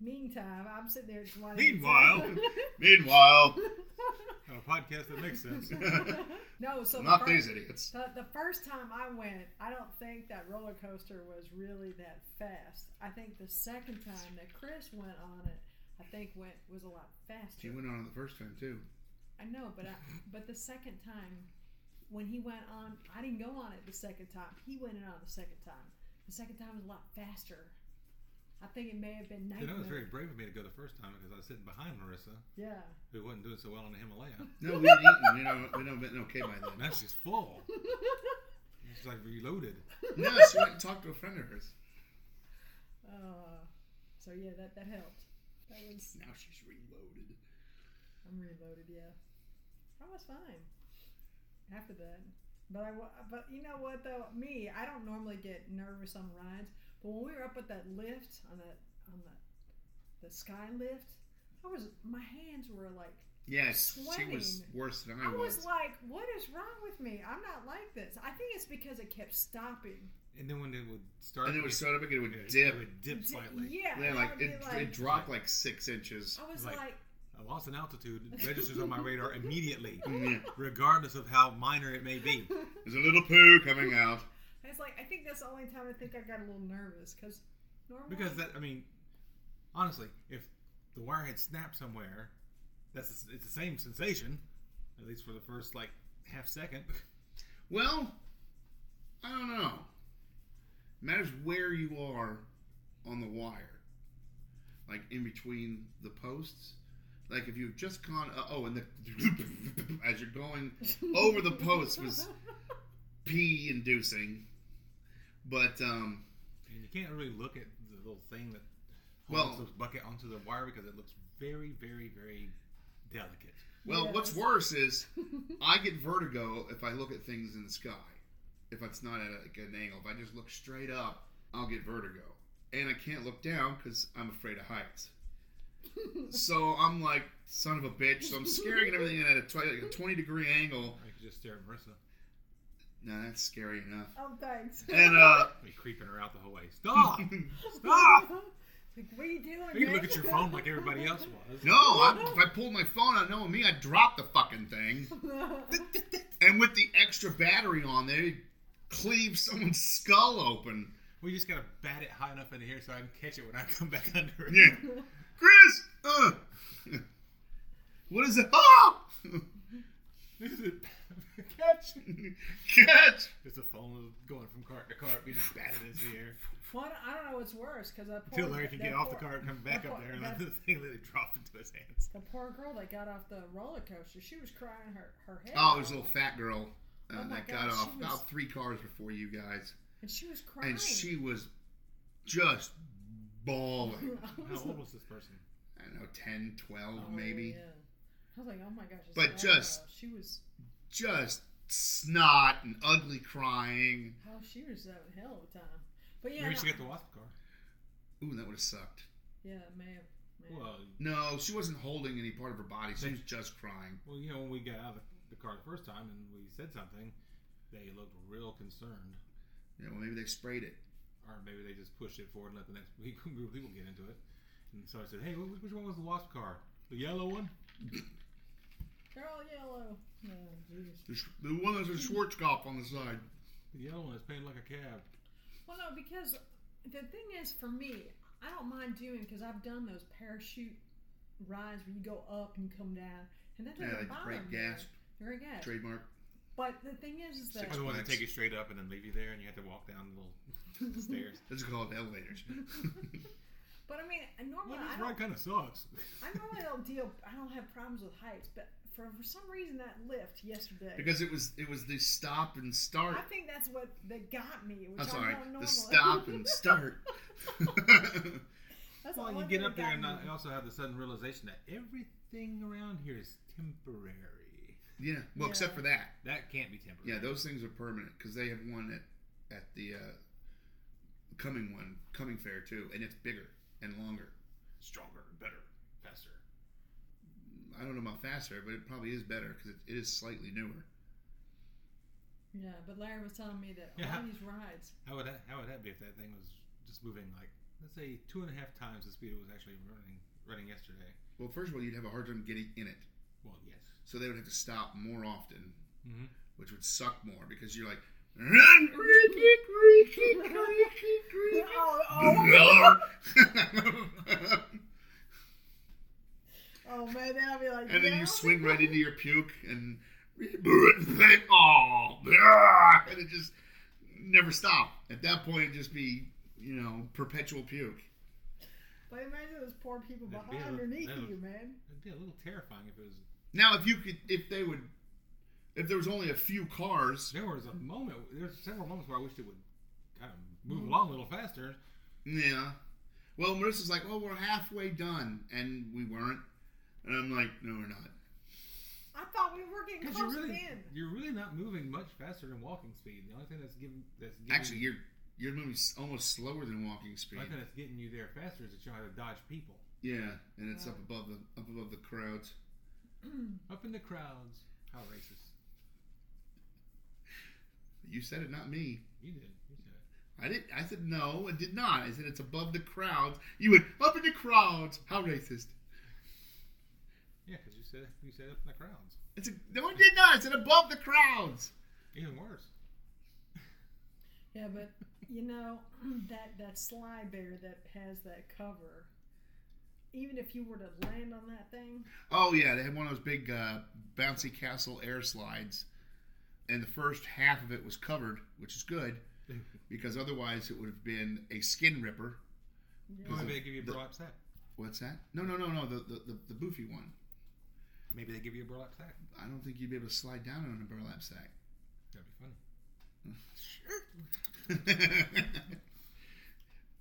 Speaker 4: Meantime, I'm sitting there. just wanting to-
Speaker 2: Meanwhile, [LAUGHS] meanwhile,
Speaker 3: On a podcast that makes
Speaker 4: [LAUGHS]
Speaker 3: sense.
Speaker 4: [LAUGHS] no. So the
Speaker 2: not
Speaker 4: first-
Speaker 2: these idiots.
Speaker 4: The, the first time I went, I don't think that roller coaster was really that fast. I think the second time that Chris went on it, I think went was a lot faster.
Speaker 2: She went on the first time too.
Speaker 4: I know, but I, but the second time when he went on, I didn't go on it the second time. He went on the second time. The second time was a lot faster. I think it may have been
Speaker 3: You know, it was very
Speaker 4: nightmare.
Speaker 3: brave of me to go the first time because I was sitting behind Marissa,
Speaker 4: Yeah,
Speaker 3: who wasn't doing so well on the Himalaya.
Speaker 4: [LAUGHS]
Speaker 2: No, we had eaten. You know, we don't been okay by then.
Speaker 3: Now she's full. She's like reloaded.
Speaker 2: No, she went and talked to a friend of hers.
Speaker 4: uh, so yeah, that that helped. That was
Speaker 2: Now she's reloaded.
Speaker 4: I'm reloaded. Yeah, I was fine after that. But I wa- but you know what though, me I don't normally get nervous on rides. But when we were up at that lift on that on the the sky lift, I was my hands were like
Speaker 2: Yes, she was
Speaker 4: Sweating.
Speaker 2: worse than I,
Speaker 4: I was like, what is wrong with me? I'm not like this. I think it's because it kept stopping.
Speaker 3: And then when they would start,
Speaker 2: and it was so big it would
Speaker 3: it,
Speaker 2: dip.
Speaker 3: It would dip
Speaker 4: Di-
Speaker 3: slightly.
Speaker 4: Yeah,
Speaker 2: Yeah,
Speaker 4: and I
Speaker 2: like
Speaker 4: would be Oh,
Speaker 2: it, it dropped like six inches.
Speaker 4: I was
Speaker 3: like-
Speaker 4: like,
Speaker 3: A loss in altitude registers on my radar immediately,
Speaker 2: Mm, Yeah.
Speaker 3: regardless of how minor it may
Speaker 4: [LAUGHS]
Speaker 3: be.
Speaker 2: There's a little poo coming out.
Speaker 4: I was like, I think that's the only time I think I got a little nervous because normally
Speaker 3: Because that, I mean, honestly, if the wire had snapped somewhere, that's it's the same sensation, at least for the first like half second.
Speaker 2: Well, I don't know. Matters where you are on the wire, like in between the posts. Like if you've just gone, uh, oh, and the [LAUGHS] as you're going
Speaker 4: [LAUGHS]
Speaker 2: over the post was pee inducing. But um,
Speaker 3: And you can't really look at the little thing that
Speaker 2: Well-
Speaker 3: holds the bucket onto the wire because it looks very, very, very delicate.
Speaker 2: Well,
Speaker 4: Yes.
Speaker 2: what's worse is I get vertigo if I look at things in the sky. If it's not at a, like an angle, if I just look straight up, I'll get vertigo, and I can't look down because I'm afraid of heights. so I'm like son of a bitch. So I'm staring at everything at a, tw- like a 20 degree angle.
Speaker 3: Or you could just stare at Marissa,
Speaker 2: No, that's scary enough.
Speaker 4: [LAUGHS] Oh, thanks. [LAUGHS]
Speaker 2: And uh, [LAUGHS]
Speaker 3: be creeping her out the whole way. Stop! Stop!
Speaker 4: like, what are you doing?
Speaker 3: You can
Speaker 4: man?
Speaker 3: look at your phone like everybody else was.
Speaker 2: no, I, if I pulled my phone out, knowing me, I dropped the fucking thing.
Speaker 4: [LAUGHS]
Speaker 2: And with the extra battery on there, it cleaved someone's skull open.
Speaker 3: We just gotta bat it high enough in the air so I can catch it when I come back [LAUGHS] under it.
Speaker 2: Yeah. Chris! Uh. What is it? Oh!
Speaker 3: This is it. [LAUGHS] catch.
Speaker 2: Catch!
Speaker 3: It's a phone going from cart to cart, being batted into the
Speaker 4: [LAUGHS]
Speaker 3: air.
Speaker 4: Well, I don't know what's worse because I
Speaker 3: Until
Speaker 4: poured-
Speaker 3: Larry can
Speaker 4: that
Speaker 3: get off the
Speaker 4: poor-
Speaker 3: cart and come back up there and let the thing let it drop into his hands.
Speaker 4: The poor girl that got off the roller coaster, she was crying her her head.
Speaker 2: Oh, it was
Speaker 4: off.
Speaker 2: a little fat girl uh,
Speaker 4: Oh my
Speaker 2: that got
Speaker 4: gosh,
Speaker 2: off
Speaker 4: she was-
Speaker 2: about three cars before you guys.
Speaker 4: and she was crying.
Speaker 2: And she was just bawling.
Speaker 4: [LAUGHS] I
Speaker 3: How
Speaker 4: was
Speaker 3: old was this person?
Speaker 2: I don't know, 10, 12
Speaker 4: like,
Speaker 2: maybe.
Speaker 4: oh, yeah. I was like, oh my gosh. it's
Speaker 2: But
Speaker 4: that
Speaker 2: just-
Speaker 4: girl. she was.
Speaker 2: Just snot and ugly crying.
Speaker 4: Oh, she was having a hell of a time. But yeah,
Speaker 3: Maybe
Speaker 4: no,
Speaker 3: she got the wasp car.
Speaker 2: Ooh, that would have sucked.
Speaker 4: yeah, man. man.
Speaker 3: Well,
Speaker 2: No, she wasn't holding any part of her body. She
Speaker 3: They-
Speaker 2: was just crying.
Speaker 3: well, you know when we got out of the, the car the first time and we said something, they looked real concerned,
Speaker 2: Yeah, well, maybe they sprayed it.
Speaker 3: or maybe they just pushed it forward and let the next [LAUGHS] week group of people get into it. And so I said, "Hey, wh- which one was the wasp car? The yellow one?
Speaker 4: They're all yellow. Oh, jeez.
Speaker 2: The sh- The one that's a Schwarzkopf on the side.
Speaker 3: The yellow one that's painted like a cab."
Speaker 4: Well, no, because the thing is, for me, I don't mind doing because I've done those parachute rides where you go up and come down, and that
Speaker 2: Yeah,
Speaker 4: doesn't
Speaker 2: like
Speaker 4: bother
Speaker 2: great
Speaker 4: me.
Speaker 2: gasp.
Speaker 4: Great gas.
Speaker 2: Trademark.
Speaker 4: But the thing is, is that
Speaker 3: Or the one that
Speaker 2: Six
Speaker 3: take you straight up and then leave you there, and you have to walk down the little [LAUGHS] stairs.
Speaker 2: Those are called elevators. [LAUGHS]
Speaker 4: But I mean, I normally
Speaker 3: Well,
Speaker 4: I
Speaker 3: this
Speaker 4: don't,
Speaker 3: ride kind of
Speaker 4: [LAUGHS]
Speaker 3: sucks.
Speaker 4: I normally don't deal. I don't have problems with heights, but for, for some reason that lift yesterday.
Speaker 2: because it was it was the stop and start.
Speaker 4: I think that's what that got me. Which
Speaker 2: I'm sorry,
Speaker 4: I don't normally.
Speaker 2: the stop and start.
Speaker 4: [LAUGHS]
Speaker 2: [LAUGHS]
Speaker 4: that's the
Speaker 3: Well, you
Speaker 4: one
Speaker 3: get
Speaker 4: thing
Speaker 3: up
Speaker 4: that
Speaker 3: there
Speaker 4: got
Speaker 3: and
Speaker 4: me.
Speaker 3: I also have the sudden realization that everything around here is temporary.
Speaker 2: Yeah. Well,
Speaker 4: Yeah.
Speaker 2: except for that.
Speaker 3: That can't be temporary.
Speaker 2: Yeah, those things are permanent because they have one at at the uh, coming one, coming fair too, and it's bigger and longer.
Speaker 3: stronger, better, faster.
Speaker 2: I don't know about faster, but it probably is better because it, it is slightly newer.
Speaker 4: Yeah, but Larry was telling me that
Speaker 3: Yeah.
Speaker 4: all these rides.
Speaker 3: How would that How would that be if that thing was just moving like let's say two and a half times the speed it was actually running running yesterday?
Speaker 2: Well, first of all, you'd have a hard time getting in it,
Speaker 3: Well, yes.
Speaker 2: so they would have to stop more often,
Speaker 3: Mm-hmm.
Speaker 2: which would suck more because you're like.
Speaker 4: [LAUGHS] oh, oh,
Speaker 2: [LAUGHS]
Speaker 4: oh man, then I'll be like,
Speaker 2: and then
Speaker 4: yeah.
Speaker 2: you swing right into your puke and [LAUGHS] oh, yeah, and it just never stop. At that point, it'd just be you know perpetual puke.
Speaker 4: But imagine those poor people
Speaker 3: That'd
Speaker 4: behind
Speaker 3: be a-
Speaker 4: underneath
Speaker 3: that'd-
Speaker 4: you, man.
Speaker 3: It'd be a little terrifying if it was.
Speaker 2: Now, if you could, if they would, if there was only a few cars,
Speaker 3: There was a moment. There's several moments where I wished it would kind of
Speaker 4: Mm-hmm.
Speaker 3: move along a little faster.
Speaker 2: yeah. Well, Marissa's like, "Well, we're halfway done," and we weren't. And I'm like, "No, we're not."
Speaker 4: I thought we were getting
Speaker 3: Because you're
Speaker 4: close
Speaker 3: really
Speaker 4: in.
Speaker 3: you're really not moving much faster than walking speed. The only thing that's giving that's giving
Speaker 2: Actually, you're you're moving s- almost slower than walking
Speaker 3: the
Speaker 2: speed.
Speaker 3: only thing that's getting you there faster is that you know how to dodge people
Speaker 2: Yeah, and it's up above the up above the crowds.
Speaker 3: up in the crowds. How racist!
Speaker 2: You said it, not me.
Speaker 3: You did. You said it.
Speaker 2: I did. I said no. I did not. I said it's above the crowds. You went up in the crowds. How racist!
Speaker 3: Yeah, because you said you said up in the crowds.
Speaker 2: It's a, no, I did not. I said above the crowds.
Speaker 3: Even worse.
Speaker 4: [CLEARS THROAT]
Speaker 3: [LAUGHS]
Speaker 4: Yeah, but you know [CLEARS THROAT] that that slide there that has that cover. Even if you were to land on that thing,
Speaker 2: Oh yeah, they had one of those big uh, bouncy castle air slides, and the first half of it was covered, which is good because otherwise it would have been a skin
Speaker 3: Or
Speaker 2: ripper.
Speaker 4: yeah.
Speaker 2: Is it-
Speaker 3: maybe they give you a
Speaker 2: the-
Speaker 3: burlap sack.
Speaker 2: What's that? No, no, no, no. The the, the, the boofy one.
Speaker 3: Maybe they give you a burlap sack.
Speaker 2: I don't think you'd be able to slide down on a burlap sack.
Speaker 3: That'd be funny.
Speaker 2: [LAUGHS]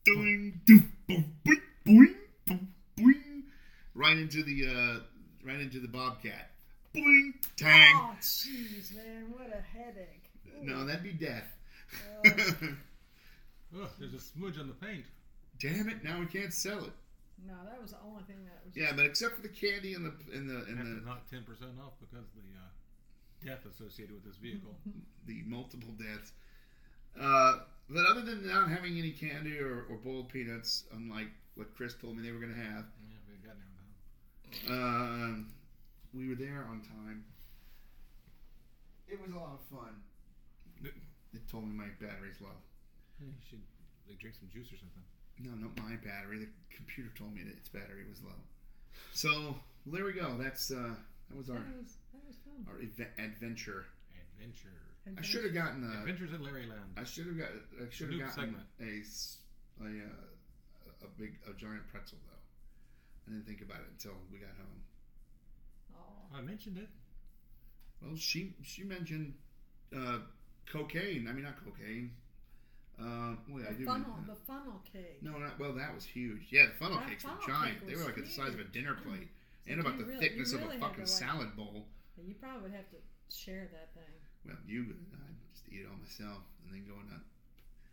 Speaker 2: Doing doof, boop, boing, boing, boop, boing. Right into the uh, right into the bobcat. Boing tang.
Speaker 4: Oh, jeez, man, what a headache.
Speaker 2: No, that'd be death. [LAUGHS]
Speaker 4: Oh.
Speaker 3: Ugh, there's a smudge on the paint.
Speaker 2: Damn it! Now we can't sell it.
Speaker 4: No, that was the only thing that was.
Speaker 2: Yeah, but except for the candy and the and the
Speaker 3: That's
Speaker 2: and the,
Speaker 3: not ten percent off because the uh, death associated with this vehicle.
Speaker 2: the multiple deaths. Uh, but other than not having any candy or, or boiled peanuts, unlike what Chris told me they were gonna have,
Speaker 3: yeah, we got there. though.
Speaker 2: Um, we were there on time. It was a lot of fun. They told me my battery's low.
Speaker 3: Yeah, You should like drink some juice or something.
Speaker 2: No, not my battery. The computer told me that its battery was low. So well, there we go. That's uh, that was
Speaker 4: That
Speaker 2: our
Speaker 4: was, that was fun.
Speaker 2: our ev- adventure.
Speaker 3: Adventure.
Speaker 4: And
Speaker 2: I
Speaker 4: then-
Speaker 2: should have gotten a.
Speaker 3: Adventures in Larryland.
Speaker 2: I should have got. I should
Speaker 3: New
Speaker 2: have gotten
Speaker 3: segment.
Speaker 2: a s- a, uh, a big a giant pretzel though. I didn't think about it until we got home.
Speaker 4: Oh,
Speaker 3: I mentioned it.
Speaker 2: Well, she she mentioned uh, cocaine. I mean, not cocaine. Uh, well, yeah, I
Speaker 4: the
Speaker 2: do.
Speaker 4: funnel,
Speaker 2: mention
Speaker 4: the funnel cake.
Speaker 2: that. no, not, well, that was huge. Yeah, the funnel
Speaker 4: That
Speaker 2: cakes
Speaker 4: funnel
Speaker 2: were giant.
Speaker 4: cake
Speaker 2: they
Speaker 4: was
Speaker 2: were like the size of
Speaker 4: huge.
Speaker 2: a
Speaker 4: Mm.
Speaker 2: dinner plate,
Speaker 4: So
Speaker 2: and about
Speaker 4: you
Speaker 2: the
Speaker 4: really- you
Speaker 2: thickness of
Speaker 4: really
Speaker 2: a
Speaker 4: had to,
Speaker 2: fucking
Speaker 4: like-
Speaker 2: salad bowl.
Speaker 4: You probably would have to share that thing.
Speaker 2: Well, you, I just eat it all myself, and then go into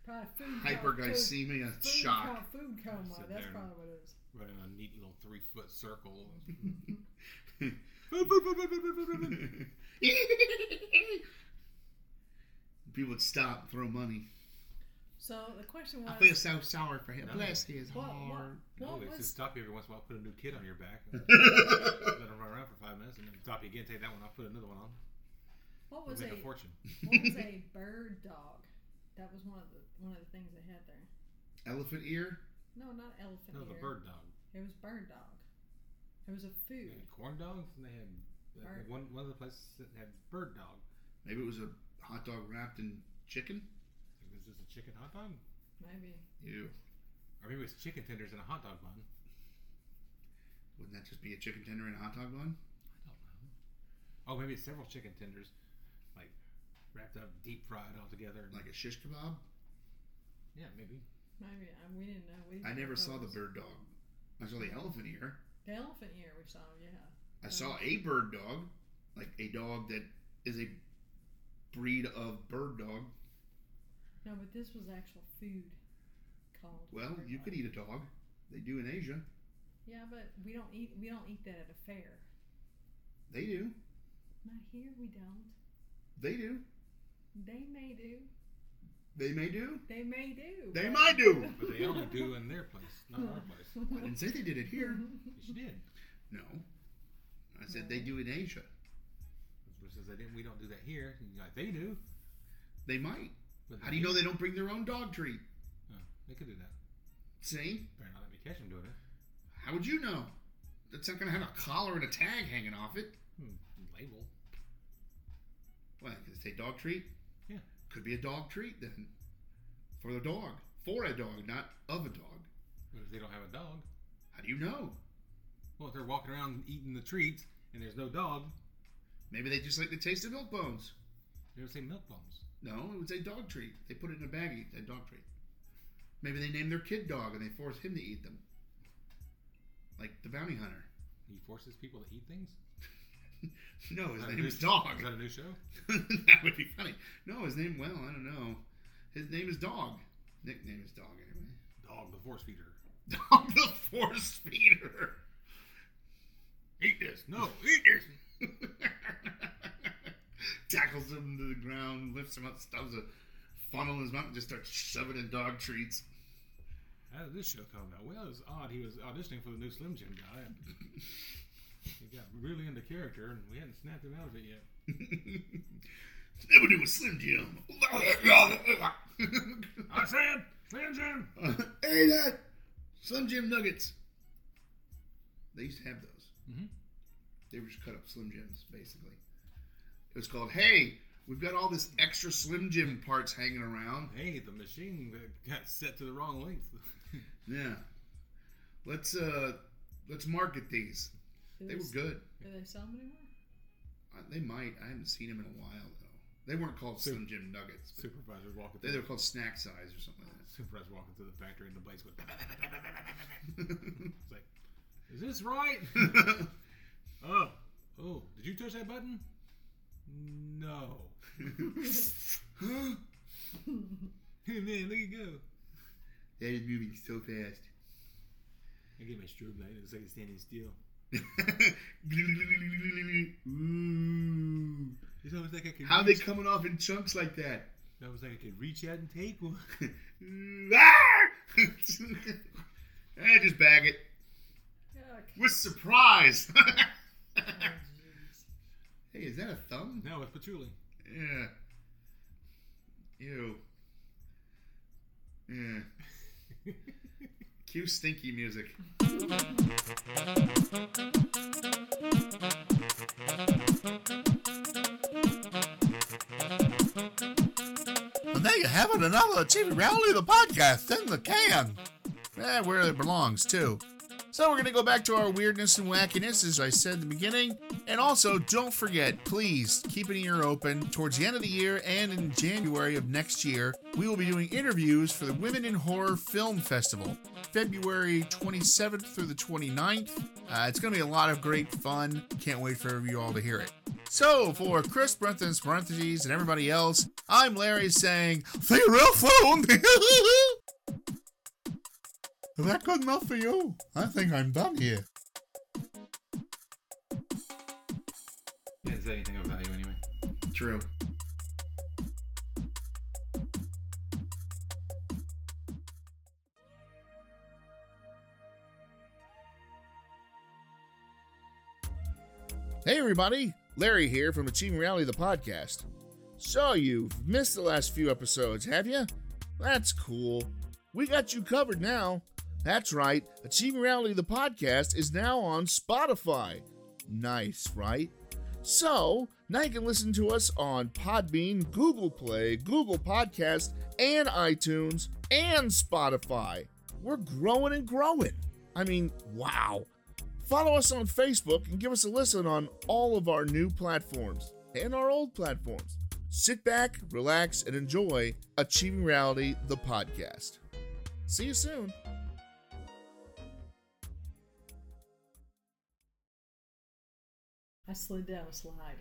Speaker 4: Probably food. Food,
Speaker 2: hyperglycemia
Speaker 4: food,
Speaker 2: shock.
Speaker 4: co- Food coma.
Speaker 3: Sit
Speaker 4: That's
Speaker 3: there.
Speaker 4: probably what it is.
Speaker 3: Running a neat little three foot circle.
Speaker 2: [LAUGHS] People would stop, and throw money.
Speaker 4: So the question was.
Speaker 2: I feel so sour for him.
Speaker 3: No.
Speaker 2: Bless his
Speaker 4: What- what-
Speaker 2: heart.
Speaker 3: No,
Speaker 4: What
Speaker 3: they
Speaker 4: was-
Speaker 3: just stop you every once in a while, put a new kid on your back, let
Speaker 4: [LAUGHS]
Speaker 3: them run around for five minutes, and then stop you again, take that one off, put another one on.
Speaker 4: What
Speaker 3: We'll
Speaker 4: was
Speaker 3: make
Speaker 4: a
Speaker 3: a fortune.
Speaker 4: what was
Speaker 2: [LAUGHS]
Speaker 4: a bird dog? That was one of the one of the things they had there.
Speaker 2: Elephant ear?
Speaker 4: No, not elephant.
Speaker 3: No, the
Speaker 4: ear.
Speaker 3: bird dog.
Speaker 4: It was bird dog. It was a
Speaker 3: They
Speaker 4: food.
Speaker 3: had corn dogs, and they had they had
Speaker 4: Bird.
Speaker 3: one one of the places that had bird dog.
Speaker 2: Maybe it was a hot dog wrapped in chicken?
Speaker 3: Like, is this a chicken hot dog?
Speaker 4: Maybe.
Speaker 2: Ew.
Speaker 3: Or maybe it's chicken tenders and a hot dog bun. I
Speaker 2: Wouldn't that just be a chicken tender and a hot dog bun?
Speaker 3: don't know. Oh, maybe it's several chicken tenders, like wrapped up, deep fried all together.
Speaker 2: Like a shish kebab?
Speaker 3: yeah, maybe.
Speaker 4: Maybe I, we didn't know. We didn't
Speaker 2: I
Speaker 4: know
Speaker 2: never
Speaker 4: what that
Speaker 2: saw the
Speaker 4: was.
Speaker 2: bird dog. I saw the elephant ear.
Speaker 4: The elephant ear we saw. Yeah.
Speaker 2: I saw a bird dog. like a dog that is a breed of bird dog.
Speaker 4: No, but this was actual food called.
Speaker 2: Well,
Speaker 4: bird
Speaker 2: you
Speaker 4: dog.
Speaker 2: could eat a dog. They do in Asia.
Speaker 4: Yeah, but we don't eat. We don't eat that at a fair.
Speaker 2: They do.
Speaker 4: Not here. We don't.
Speaker 2: They do.
Speaker 4: They may do.
Speaker 2: They may do.
Speaker 4: They may do.
Speaker 2: They
Speaker 4: but-
Speaker 2: might do.
Speaker 3: But they [LAUGHS] only do in their place, not our [LAUGHS] place.
Speaker 2: [LAUGHS] I didn't say they did it
Speaker 4: [LAUGHS]
Speaker 2: here.
Speaker 4: Mm-hmm.
Speaker 3: Yes, you did.
Speaker 2: No. I said they do in Asia.
Speaker 3: Which says they didn't. We don't do that here. And you're like they do.
Speaker 2: They might.
Speaker 3: But
Speaker 2: How do you know they don't bring their own dog treat?
Speaker 3: Oh, they could do that.
Speaker 2: See?
Speaker 3: Better not let me catch them doing it.
Speaker 2: How would you know? That's not going to have a collar and a tag hanging off it.
Speaker 3: Hmm. Label.
Speaker 2: Well, could it say dog treat?
Speaker 3: Yeah.
Speaker 2: Could be a dog treat then. For the dog. For a dog, not of a dog.
Speaker 3: But if they don't have a dog,
Speaker 2: How do you know?
Speaker 3: well, if they're walking around eating the treats and there's no dog,
Speaker 2: Maybe they just like the taste of milk bones.
Speaker 3: they don't say milk bones.
Speaker 2: No, it would say dog treat. They put it in a baggie, that dog treat. Maybe they name their kid dog and they force him to eat them. Like the bounty hunter. [LAUGHS]
Speaker 3: He forces people to eat things.
Speaker 2: no, his
Speaker 3: Is that a
Speaker 2: name
Speaker 3: new-
Speaker 2: is Dog.
Speaker 3: Is that a new show?
Speaker 2: [LAUGHS] that would be funny. No, his name, well, I don't know. His name is Dog. Nickname is Dog, anyway.
Speaker 3: Dog the force feeder.
Speaker 2: [LAUGHS] Dog the Force Feeder.
Speaker 3: Eat this. [LAUGHS] No, eat this.
Speaker 2: [LAUGHS] Tackles him to the ground, lifts him up, stubs a funnel in his mouth, and just starts shoving in dog treats. [LAUGHS]
Speaker 3: How did this show come about? Well, it's odd. He was auditioning for the new Slim Jim guy. [LAUGHS] And he got really into character, and we hadn't snapped him out of it yet.
Speaker 2: Never do a Slim Jim. [LAUGHS]
Speaker 3: I said, Slim Jim.
Speaker 2: [LAUGHS] hey, that Slim Jim nuggets. They used to have those.
Speaker 3: Mhm.
Speaker 2: They were just cut up Slim Jims, basically. It was called, "Hey, we've got all this extra Slim Jim parts hanging around.
Speaker 3: Hey, the machine that got set to the wrong length. [LAUGHS]
Speaker 2: Yeah, let's uh, let's market these.
Speaker 4: Do
Speaker 2: They were
Speaker 4: s-
Speaker 2: good.
Speaker 4: Do they sell them
Speaker 2: [LAUGHS]
Speaker 4: anymore? [LAUGHS]
Speaker 2: Uh, They might. I haven't seen them in a while though. They weren't called Slim Jim nuggets. But
Speaker 3: Supervisor's walking.
Speaker 2: they, they
Speaker 3: Through,
Speaker 2: were called snack size or something [LAUGHS] like
Speaker 3: supervisor's walking through the factory, and the [LAUGHS] blades going.
Speaker 2: that.
Speaker 3: It's like, is this right? oh, oh, did you touch that button? No. [LAUGHS]
Speaker 2: Huh?
Speaker 4: Oh,
Speaker 3: Man, look at go.
Speaker 2: that is moving so fast.
Speaker 3: I get my strobe light. It's like it's standing still.
Speaker 2: Ooh.
Speaker 3: It's almost like I could.
Speaker 2: How are they
Speaker 3: reach,
Speaker 2: coming off in chunks like that? [LAUGHS]
Speaker 3: I was like I could reach out and take one. [LAUGHS]
Speaker 2: Ah! [LAUGHS] Eh, just bag it
Speaker 4: Yuck.
Speaker 2: with surprise. [LAUGHS]
Speaker 4: Oh,
Speaker 2: hey,
Speaker 4: jeez.
Speaker 2: is that a thumb?
Speaker 3: No, it's patchouli.
Speaker 2: Yeah. Ew. Yeah.
Speaker 5: [LAUGHS]
Speaker 2: Cue stinky music.
Speaker 5: And there you have it, another TV Rally the podcast in the can. Eh, where it belongs, too. So we're going to go back to our weirdness and wackiness, as I said in the beginning. And also, don't forget, please keep an ear open. Towards the end of the year and in January of next year, we will be doing interviews for the Women in Horror Film Festival, February 27th through the 29th. Uh, it's going to be a lot of great fun. Can't wait for you all to hear it. So, for Chris Brunton, Parentheses, and everybody else, I'm Larry saying, See you real [LAUGHS] soon! Is that good enough for you? I think I'm done here.
Speaker 3: Didn't say anything of value anyway.
Speaker 2: True.
Speaker 5: Hey, everybody! Larry here from Achieving Reality, the podcast. So, you've missed the last few episodes, have you? That's cool. We got you covered now. That's right, Achieving Reality, the podcast, is now on Spotify. Nice, right? So, now you can listen to us on Podbean, Google Play, Google Podcast, and iTunes, and Spotify. We're growing and growing. I mean, wow. Follow us on Facebook and give us a listen on all of our new platforms and our old platforms. Sit back, relax, and enjoy Achieving Reality, the podcast. See you soon.
Speaker 4: I slid down a slide.